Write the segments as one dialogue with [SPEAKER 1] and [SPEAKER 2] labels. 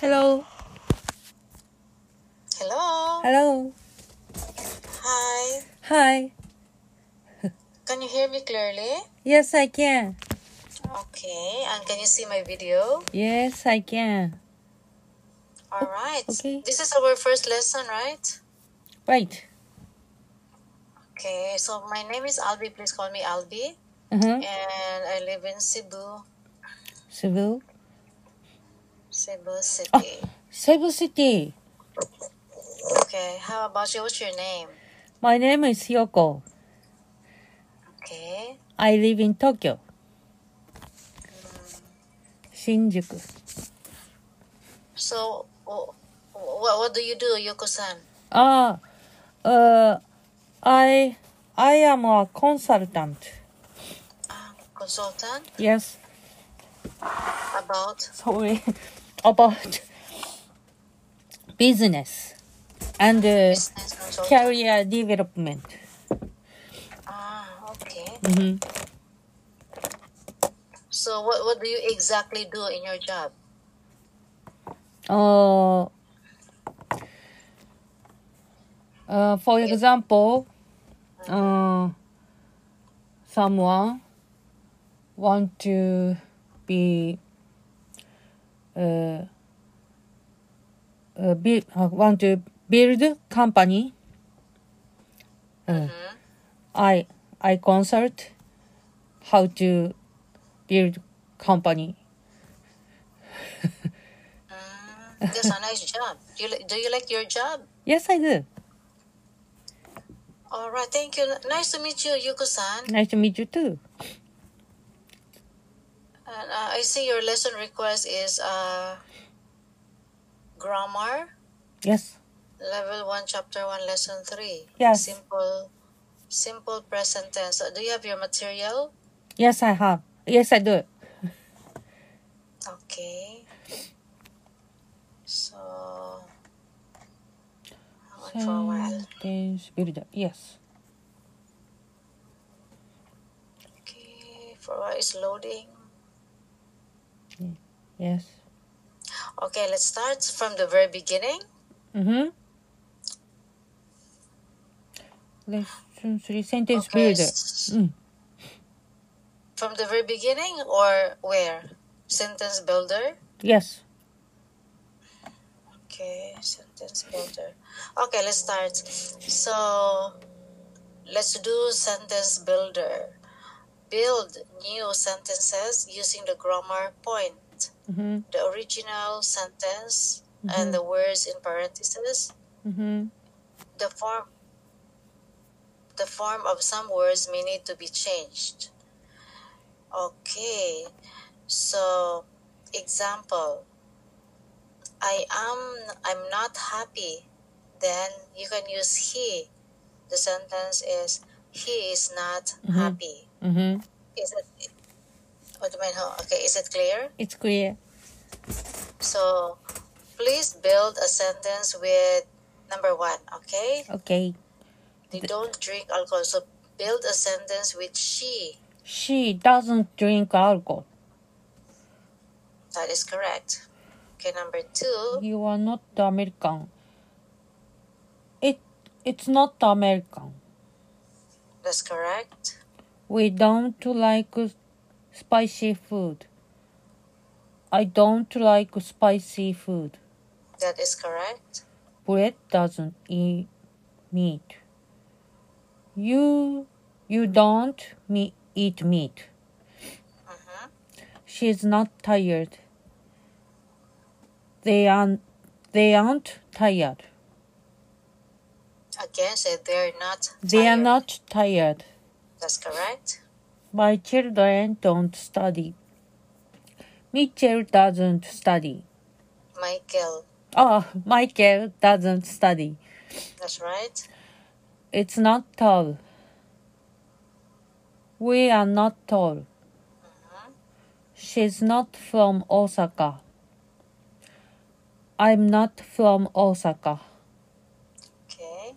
[SPEAKER 1] Hello,
[SPEAKER 2] Hello.
[SPEAKER 1] hello,
[SPEAKER 2] Hi.
[SPEAKER 1] hi.
[SPEAKER 2] Can you hear me clearly?
[SPEAKER 1] Yes, I can.
[SPEAKER 2] Okay. And can you see my video?
[SPEAKER 1] Yes, I can.
[SPEAKER 2] All right.
[SPEAKER 1] okay.
[SPEAKER 2] This is our first lesson, right?
[SPEAKER 1] Right.
[SPEAKER 2] Okay. So my name is Albi. Please call me Albi.
[SPEAKER 1] Uh huh.
[SPEAKER 2] And I live in Cebu,
[SPEAKER 1] Cebu.
[SPEAKER 2] Cebu City.
[SPEAKER 1] Cebu City.
[SPEAKER 2] Okay. How about you? What's your name?
[SPEAKER 1] My name is Yoko.
[SPEAKER 2] Okay.
[SPEAKER 1] I live in Tokyo. Shinjuku.
[SPEAKER 2] So what what do you do, Yoko-san?
[SPEAKER 1] Ah, uh, I, I am a consultant.
[SPEAKER 2] Ah, Consultant
[SPEAKER 1] Yes.
[SPEAKER 2] about
[SPEAKER 1] Sorry. About business and uh,
[SPEAKER 2] business consultant.
[SPEAKER 1] career development.
[SPEAKER 2] Ah, okay.
[SPEAKER 1] Mm-hmm.
[SPEAKER 2] So what what do you exactly do in your job?
[SPEAKER 1] Uh, Uh, for example, uh, someone want to be uh, uh, be, uh, want to build company. Uh, I I consult how to build company.
[SPEAKER 2] Mm, that's a nice job. Do you, li- do you like your job?
[SPEAKER 1] Yes, I do.
[SPEAKER 2] All right, thank you. Nice to meet you, Yuko-san.
[SPEAKER 1] Nice to meet you too.
[SPEAKER 2] And uh, I see your lesson request is uh, grammar,
[SPEAKER 1] Yes.
[SPEAKER 2] level one, chapter one, lesson three.
[SPEAKER 1] Yes.
[SPEAKER 2] Simple, simple present tense. Uh, Do you have your material?
[SPEAKER 1] Yes, I have. Yes, I do.
[SPEAKER 2] Okay. So I went for a while.
[SPEAKER 1] Sentence builder. Yes.
[SPEAKER 2] Okay, for a while it's loading.
[SPEAKER 1] Yes.
[SPEAKER 2] Okay, let's start from the very beginning.
[SPEAKER 1] Mm-hmm. Lesson three. Sentence
[SPEAKER 2] Okay.
[SPEAKER 1] builder.
[SPEAKER 2] s-
[SPEAKER 1] Mm.
[SPEAKER 2] From the very beginning or where? Sentence builder?
[SPEAKER 1] Yes.
[SPEAKER 2] Okay, sentence builder. Okay, let's start. So, let's do sentence builder. Build new sentences using the grammar point,
[SPEAKER 1] Mm-hmm.
[SPEAKER 2] the original sentence, and
[SPEAKER 1] Mm-hmm.
[SPEAKER 2] the words in parentheses.
[SPEAKER 1] Mm-hmm.
[SPEAKER 2] The form, the form of some words may need to be changed. Okay, so example. I am I'm not happy, then you can use he. The sentence is he is not
[SPEAKER 1] Mm-hmm.
[SPEAKER 2] happy.
[SPEAKER 1] Mm-hmm.
[SPEAKER 2] Is it what do you mean? huh? Okay, is it clear?
[SPEAKER 1] It's clear.
[SPEAKER 2] So please build a sentence with number one, okay?
[SPEAKER 1] Okay.
[SPEAKER 2] They
[SPEAKER 1] The,
[SPEAKER 2] don't drink alcohol. So build a sentence with she.
[SPEAKER 1] she doesn't drink alcohol.
[SPEAKER 2] That is correct. Okay, number two.
[SPEAKER 1] You are not American. It it's not American.
[SPEAKER 2] That's correct.
[SPEAKER 1] We don't like spicy food. I don't like spicy food.
[SPEAKER 2] That is correct.
[SPEAKER 1] Bread doesn't eat meat. You you don't me- eat meat.
[SPEAKER 2] Mm-hmm.
[SPEAKER 1] She's not tired. They aren't they aren't tired.
[SPEAKER 2] Again, say they're not
[SPEAKER 1] They are
[SPEAKER 2] tired.
[SPEAKER 1] not tired.
[SPEAKER 2] That's correct.
[SPEAKER 1] My children don't study. Mitchell doesn't study.
[SPEAKER 2] Michael.
[SPEAKER 1] Oh, Michael doesn't study.
[SPEAKER 2] That's right.
[SPEAKER 1] It's not tall. We are not tall.
[SPEAKER 2] Mhm.
[SPEAKER 1] She's not from Osaka. I'm not from Osaka.
[SPEAKER 2] Okay.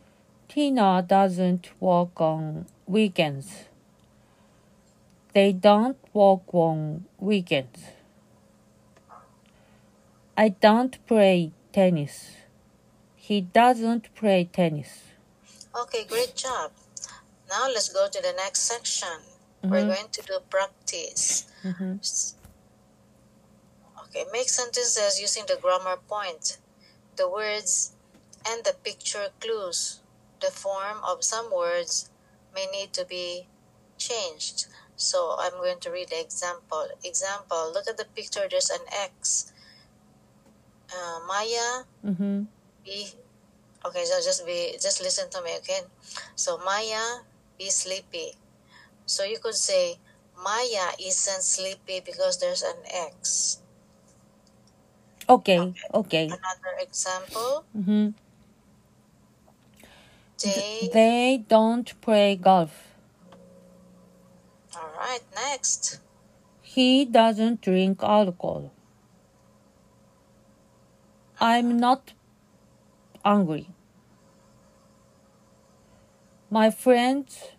[SPEAKER 1] Tina doesn't work on weekends. They don't work on weekends. I don't play tennis. He doesn't play tennis.
[SPEAKER 2] Okay, great job. Now let's go to the next section. We're going to do practice. Okay, make sentences using the grammar point, the words, and the picture clues. The form of some words may need to be changed. So I'm going to read the example. Example, look at the picture, there's an X. Uh, Maya
[SPEAKER 1] Mm-hmm.
[SPEAKER 2] be okay so just be just listen to me again so maya be sleepy so you could say maya isn't sleepy because there's an x
[SPEAKER 1] Okay. Okay.
[SPEAKER 2] another example
[SPEAKER 1] Mm-hmm.
[SPEAKER 2] they
[SPEAKER 1] They don't play golf.
[SPEAKER 2] all right next
[SPEAKER 1] He doesn't drink alcohol. I'm not angry. My friends,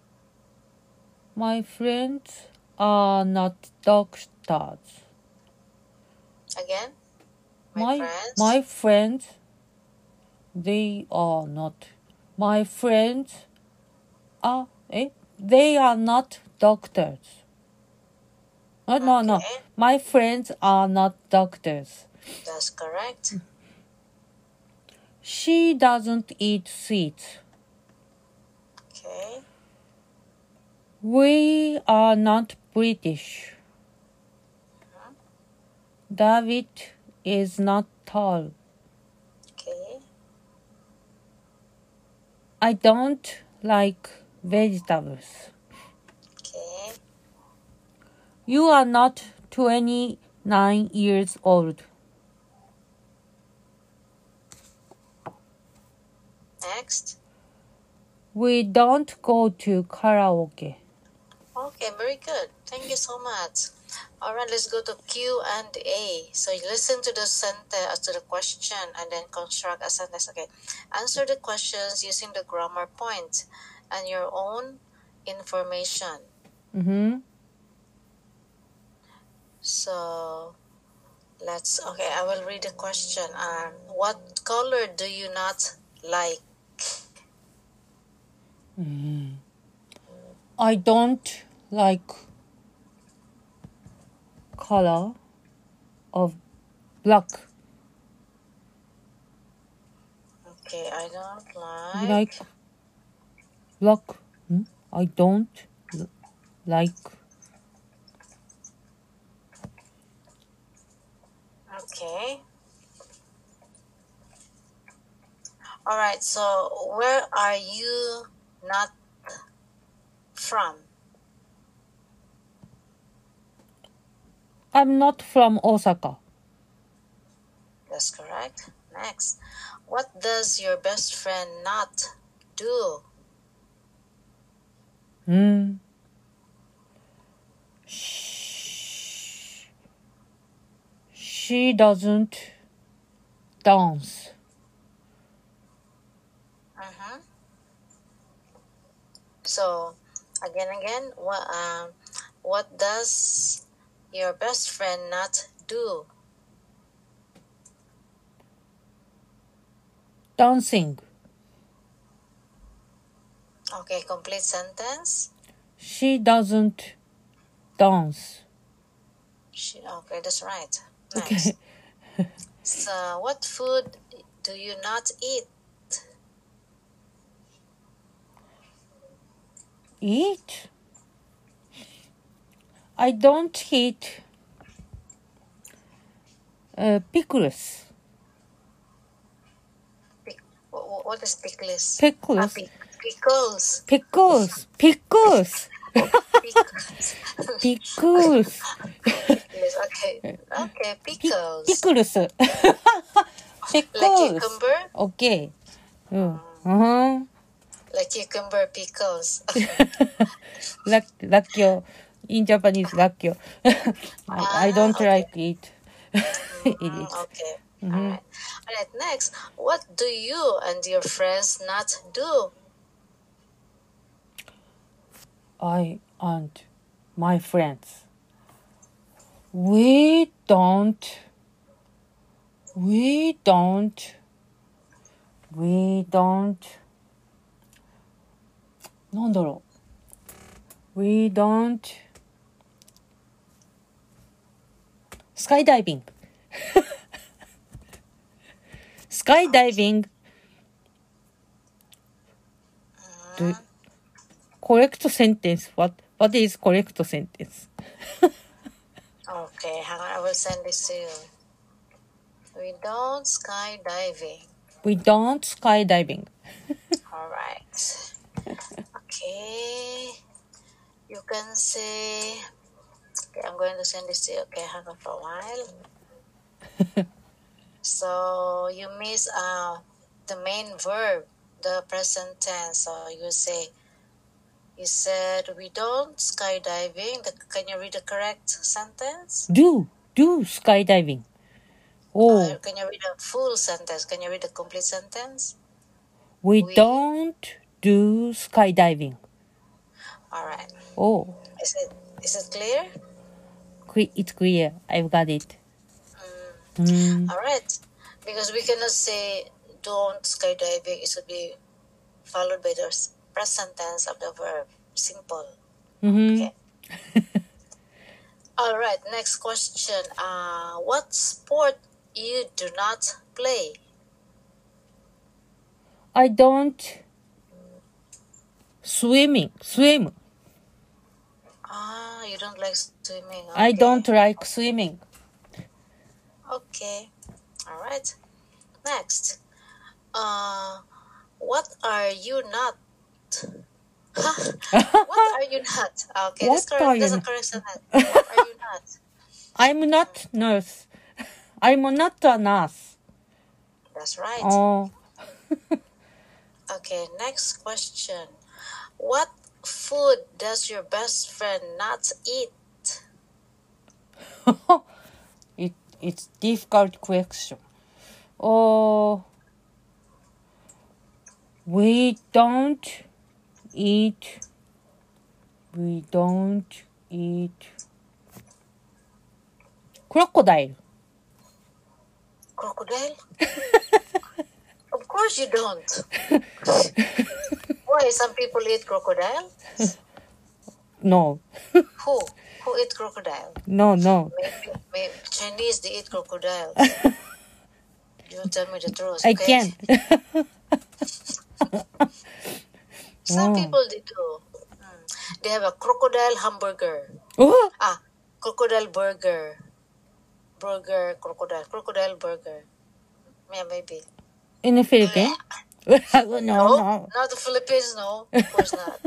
[SPEAKER 1] my friends are not doctors.
[SPEAKER 2] again my,
[SPEAKER 1] My
[SPEAKER 2] friends
[SPEAKER 1] my friends, they are not. My friends are eh? They are not doctors. No, no, no.
[SPEAKER 2] Okay.
[SPEAKER 1] My friends are not doctors.
[SPEAKER 2] that's correct
[SPEAKER 1] She doesn't eat sweets.
[SPEAKER 2] okay
[SPEAKER 1] We are not British. David is not tall.
[SPEAKER 2] okay
[SPEAKER 1] I don't like vegetables.
[SPEAKER 2] okay
[SPEAKER 1] You are not 29 years old.
[SPEAKER 2] next
[SPEAKER 1] We don't go to karaoke.
[SPEAKER 2] Okay, very good. Thank you so much. All right, let's go to Q and A. So you listen to the sentence, to the question, and then construct a sentence. Okay, answer the questions using the grammar point and your own information.
[SPEAKER 1] Mm-hmm.
[SPEAKER 2] So let's. Okay, I will read the question. Um, what color do you not like?
[SPEAKER 1] I don't like color of black.
[SPEAKER 2] Okay, I don't
[SPEAKER 1] You
[SPEAKER 2] like.
[SPEAKER 1] like black? Hmm? I don't l- like.
[SPEAKER 2] Okay. All right. So where are you not from?
[SPEAKER 1] I'm not from Osaka.
[SPEAKER 2] That's correct. Next. What does your best friend not do?
[SPEAKER 1] Hmm. Sh- She doesn't dance.
[SPEAKER 2] Mm-hmm. So again, again, what um, what does your best friend not do?
[SPEAKER 1] Dancing.
[SPEAKER 2] Okay, complete sentence.
[SPEAKER 1] She doesn't dance.
[SPEAKER 2] She, okay, that's right. Next. So what food do you not eat?
[SPEAKER 1] Eat? I don't eat uh, pickles.
[SPEAKER 2] Pic- wh- wh- What is pickles? Ah,
[SPEAKER 1] Pickles.
[SPEAKER 2] pic- pickles.
[SPEAKER 1] Pickles. Pickles.
[SPEAKER 2] Pickles.
[SPEAKER 1] Pickles.
[SPEAKER 2] Yes, okay. Okay,
[SPEAKER 1] Pi-
[SPEAKER 2] pickles.
[SPEAKER 1] pickles.
[SPEAKER 2] Like
[SPEAKER 1] pickles.
[SPEAKER 2] cucumber?
[SPEAKER 1] Okay. Mm. Uh-huh.
[SPEAKER 2] Like cucumber pickles.
[SPEAKER 1] Lack, lackyo. In Japanese, lackyo. I, I don't
[SPEAKER 2] Ah, okay.
[SPEAKER 1] like it. it
[SPEAKER 2] Mm,
[SPEAKER 1] is.
[SPEAKER 2] okay. All right. All right, next. What do you and your friends not do?
[SPEAKER 1] I and my friends. We don't. We don't. We don't. なんだろう。We don't. スカイダイ ビング。スカイダイビング。Do- correct sentence. What, what is correct sentence?
[SPEAKER 2] Okay, hang on, I will send this to you. We don't skydiving.
[SPEAKER 1] We don't skydiving.
[SPEAKER 2] All right. Okay. You can say. Okay, I'm going to send this to you. Okay, hang on for a while. so you miss uh, the main verb, the present tense. So you say, you said we don't skydiving. The, can you read the correct sentence?
[SPEAKER 1] Do, do skydiving.
[SPEAKER 2] Uh,
[SPEAKER 1] Oh,
[SPEAKER 2] can you read a full sentence? Can you read the complete sentence?
[SPEAKER 1] we
[SPEAKER 2] we-
[SPEAKER 1] don't do skydiving.
[SPEAKER 2] All right.
[SPEAKER 1] Oh,
[SPEAKER 2] Is it is it clear?
[SPEAKER 1] cle- it's clear. I've got it.
[SPEAKER 2] Uh,
[SPEAKER 1] Mm.
[SPEAKER 2] All right. Because we cannot say don't skydiving. It should be followed by the s- present tense of the verb. Simple.
[SPEAKER 1] Mm-hmm.
[SPEAKER 2] Okay. All right. Next question. Uh, what sport you do not play?
[SPEAKER 1] I don't swimming. Swim.
[SPEAKER 2] Ah, you don't like swimming. Okay.
[SPEAKER 1] I don't like swimming.
[SPEAKER 2] Okay. All right. Next. Uh, what are you not? Huh? what are you not? Okay, that's
[SPEAKER 1] What are
[SPEAKER 2] correct.
[SPEAKER 1] you
[SPEAKER 2] That's a
[SPEAKER 1] not?
[SPEAKER 2] correct sentence. What are you not?
[SPEAKER 1] I'm not nurse. I'm not a nurse.
[SPEAKER 2] That's right.
[SPEAKER 1] Oh,
[SPEAKER 2] Okay, next question. What food does your best friend not eat?
[SPEAKER 1] it it's difficult question. Oh, we don't eat. We don't eat crocodile.
[SPEAKER 2] Crocodile? Of course you don't. Why some people eat crocodile?
[SPEAKER 1] No,
[SPEAKER 2] Who? Who eat crocodile?
[SPEAKER 1] no, no.
[SPEAKER 2] Maybe, maybe Chinese they eat crocodile. You tell me the truth,
[SPEAKER 1] I can't.
[SPEAKER 2] okay? Some
[SPEAKER 1] Oh.
[SPEAKER 2] people they do. Hmm. They have a crocodile hamburger.
[SPEAKER 1] Oh,
[SPEAKER 2] Ah, crocodile burger. Burger, crocodile, crocodile burger. Yeah, maybe.
[SPEAKER 1] in the Philippines? no,
[SPEAKER 2] No,
[SPEAKER 1] Oh, no,
[SPEAKER 2] not the Philippines. No, of course not.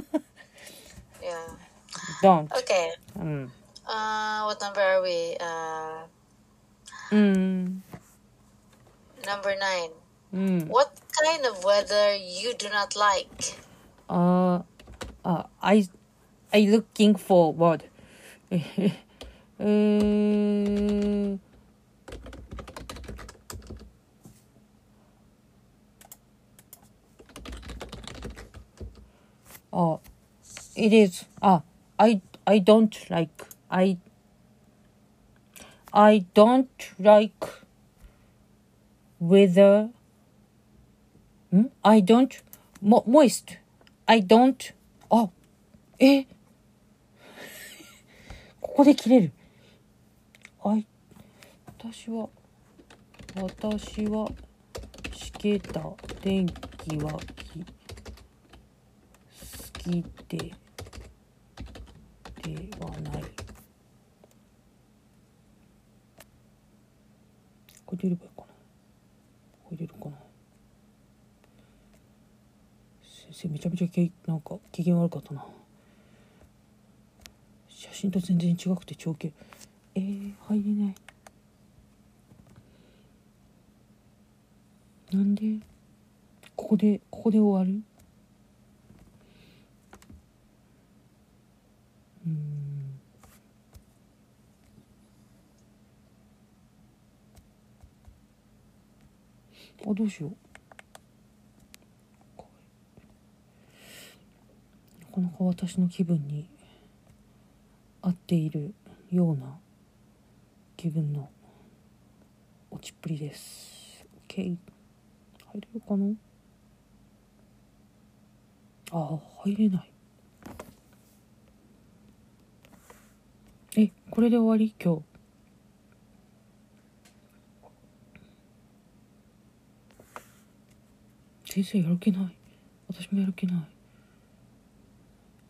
[SPEAKER 2] Yeah.
[SPEAKER 1] don't.
[SPEAKER 2] Okay.
[SPEAKER 1] Mm.
[SPEAKER 2] Uh, what number are we? Uh,
[SPEAKER 1] Mm.
[SPEAKER 2] number nine.
[SPEAKER 1] Mm.
[SPEAKER 2] What kind of weather you do not like?
[SPEAKER 1] Uh, uh, I, I looking for what? uh, oh, it is. Ah, I, I don't like. I, I don't like weather. Hmm? I don't mo- moist. I don't. あ、え、 ここで切れる。あい、私は、私は、しけた天気はき好きで、ではない。これで入ればいいかな。これで入れるかな。先生めちゃめちゃけなんか機嫌悪かったな写真と全然違くて長距えー、入れないなんでここでここで終わるうーんあどうしようなかなか私の気分に合っているような気分の落ちっぷりです。OK。入れるかなああ、入れない。え、これで終わり今日。先生やる気ない。私もやる気ない。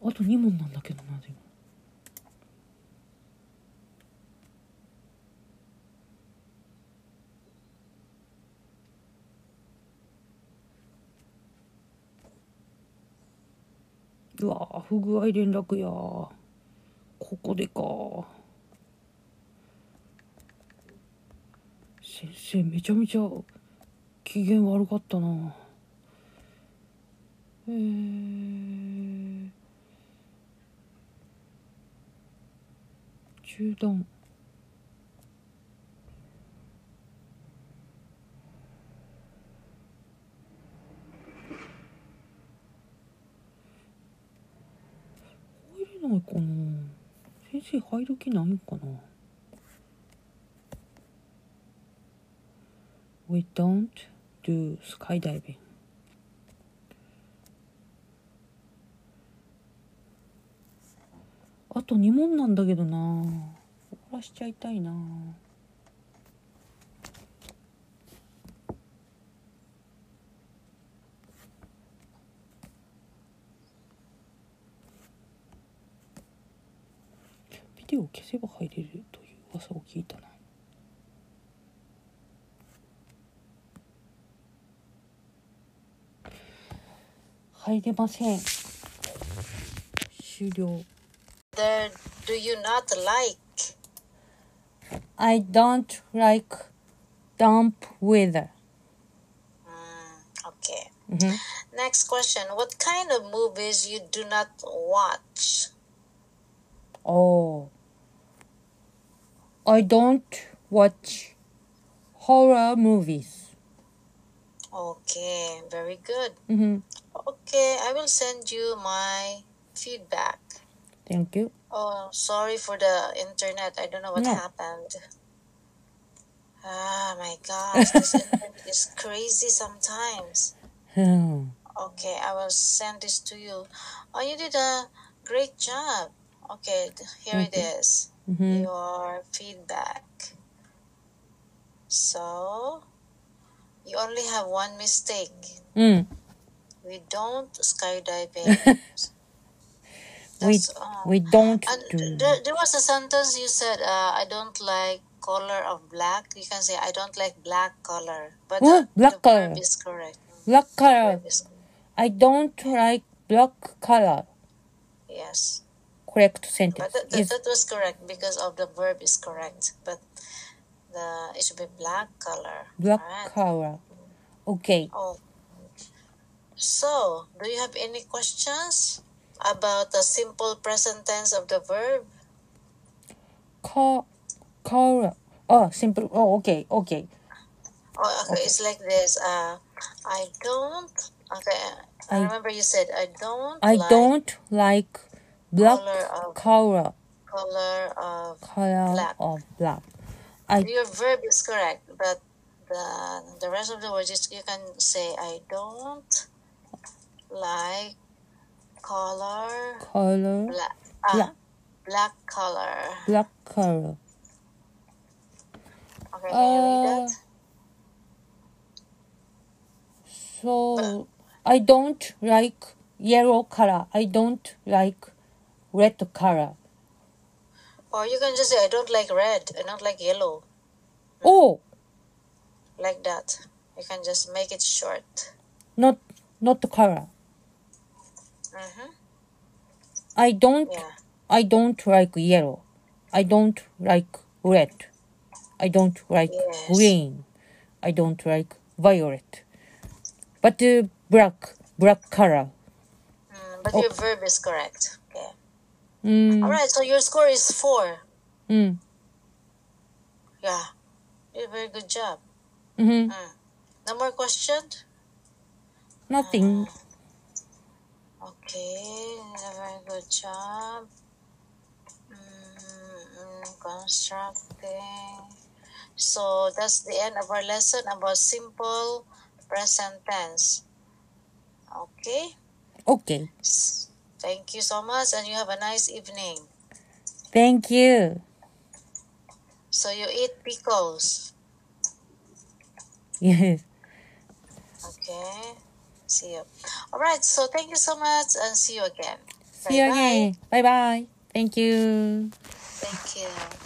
[SPEAKER 1] あと2問なんだけどな、でも。うわぁ不具合連絡やここでか先生めちゃめちゃ機嫌悪かったなえー、中断入れないかな先生入る気ないんかな We don't do skydiving あと2問なんだけどな終わらしちゃいたいなビデオを消せば入れるという噂を聞いたな。入れません。終了。
[SPEAKER 2] There, do you not like?
[SPEAKER 1] I don't like damp weather.
[SPEAKER 2] Okay. Next question. What kind of movies you do not watch?
[SPEAKER 1] Oh. I don't watch horror movies.
[SPEAKER 2] Okay, very good.
[SPEAKER 1] Mm-hmm.
[SPEAKER 2] Okay, I will send you my feedback.
[SPEAKER 1] Thank you.
[SPEAKER 2] Oh, sorry for the internet. I don't know what
[SPEAKER 1] No.
[SPEAKER 2] happened. Ah, my gosh, this internet is crazy sometimes.
[SPEAKER 1] Hmm.
[SPEAKER 2] Okay, I will send this to you. Oh, you did a great job. Okay, th- here it
[SPEAKER 1] Thank you.
[SPEAKER 2] is.
[SPEAKER 1] Mhm.
[SPEAKER 2] Your feedback. So, you only have one mistake.
[SPEAKER 1] Mm.
[SPEAKER 2] We don't skydiving.
[SPEAKER 1] We
[SPEAKER 2] That's all.
[SPEAKER 1] we don't
[SPEAKER 2] And th-
[SPEAKER 1] do.
[SPEAKER 2] there, there was a sentence you said, uh, I don't like color of black. You can say, I don't like black color. But the,
[SPEAKER 1] What black
[SPEAKER 2] the verb
[SPEAKER 1] color? Oh.
[SPEAKER 2] is correct.
[SPEAKER 1] Black
[SPEAKER 2] The verb
[SPEAKER 1] color.
[SPEAKER 2] is,
[SPEAKER 1] I don't like black color.
[SPEAKER 2] yes.
[SPEAKER 1] Correct
[SPEAKER 2] But
[SPEAKER 1] sentence
[SPEAKER 2] that, that,
[SPEAKER 1] is
[SPEAKER 2] that was correct because of the verb is correct. But the it should be black color.
[SPEAKER 1] black
[SPEAKER 2] Alright.
[SPEAKER 1] color. Okay.
[SPEAKER 2] Oh, so do you have any questions about the simple present tense of the verb?
[SPEAKER 1] Col color. Oh, simple. Oh, okay. Okay.
[SPEAKER 2] Oh, okay,
[SPEAKER 1] Okay.
[SPEAKER 2] it's like this. Uh, I don't. Okay, I
[SPEAKER 1] I
[SPEAKER 2] remember you said I don't
[SPEAKER 1] I
[SPEAKER 2] like
[SPEAKER 1] don't like black
[SPEAKER 2] color of
[SPEAKER 1] color
[SPEAKER 2] color of
[SPEAKER 1] color
[SPEAKER 2] black.
[SPEAKER 1] of black. I
[SPEAKER 2] Your verb is correct, but the the rest of the words is, you can say I don't like color
[SPEAKER 1] color
[SPEAKER 2] black. Ah,
[SPEAKER 1] black
[SPEAKER 2] black color.
[SPEAKER 1] black color.
[SPEAKER 2] Okay, can you read that?
[SPEAKER 1] Uh so I don't like yellow color. I don't like red color.
[SPEAKER 2] Or you can just say I don't like red. I don't like yellow.
[SPEAKER 1] Oh
[SPEAKER 2] Like that. You can just make it short.
[SPEAKER 1] not not color.
[SPEAKER 2] Mm-hmm.
[SPEAKER 1] I don't
[SPEAKER 2] Yeah.
[SPEAKER 1] I don't like yellow. I don't like red. I don't like
[SPEAKER 2] Yes.
[SPEAKER 1] green. I don't like violet. But uh, black, black color.
[SPEAKER 2] Mm, but
[SPEAKER 1] Oh,
[SPEAKER 2] your verb is correct. Okay. All
[SPEAKER 1] mm,
[SPEAKER 2] right. So your score is four.
[SPEAKER 1] mm,
[SPEAKER 2] Yeah. You did a very good job.
[SPEAKER 1] mm-hmm.
[SPEAKER 2] Mm. No more question.
[SPEAKER 1] Nothing.
[SPEAKER 2] Okay. You did a very good job. Mm, mm, Mm-hmm, constructing. So that's the end of our lesson about simple present tense. Okay.
[SPEAKER 1] Okay.
[SPEAKER 2] S- Thank you so much, and you have a nice evening.
[SPEAKER 1] Thank you.
[SPEAKER 2] So you eat pickles.
[SPEAKER 1] Yes.
[SPEAKER 2] Okay. See you. All right. So thank you so much, and see you again.
[SPEAKER 1] See you
[SPEAKER 2] Bye-bye.
[SPEAKER 1] again. Bye bye. Thank you.
[SPEAKER 2] Thank you.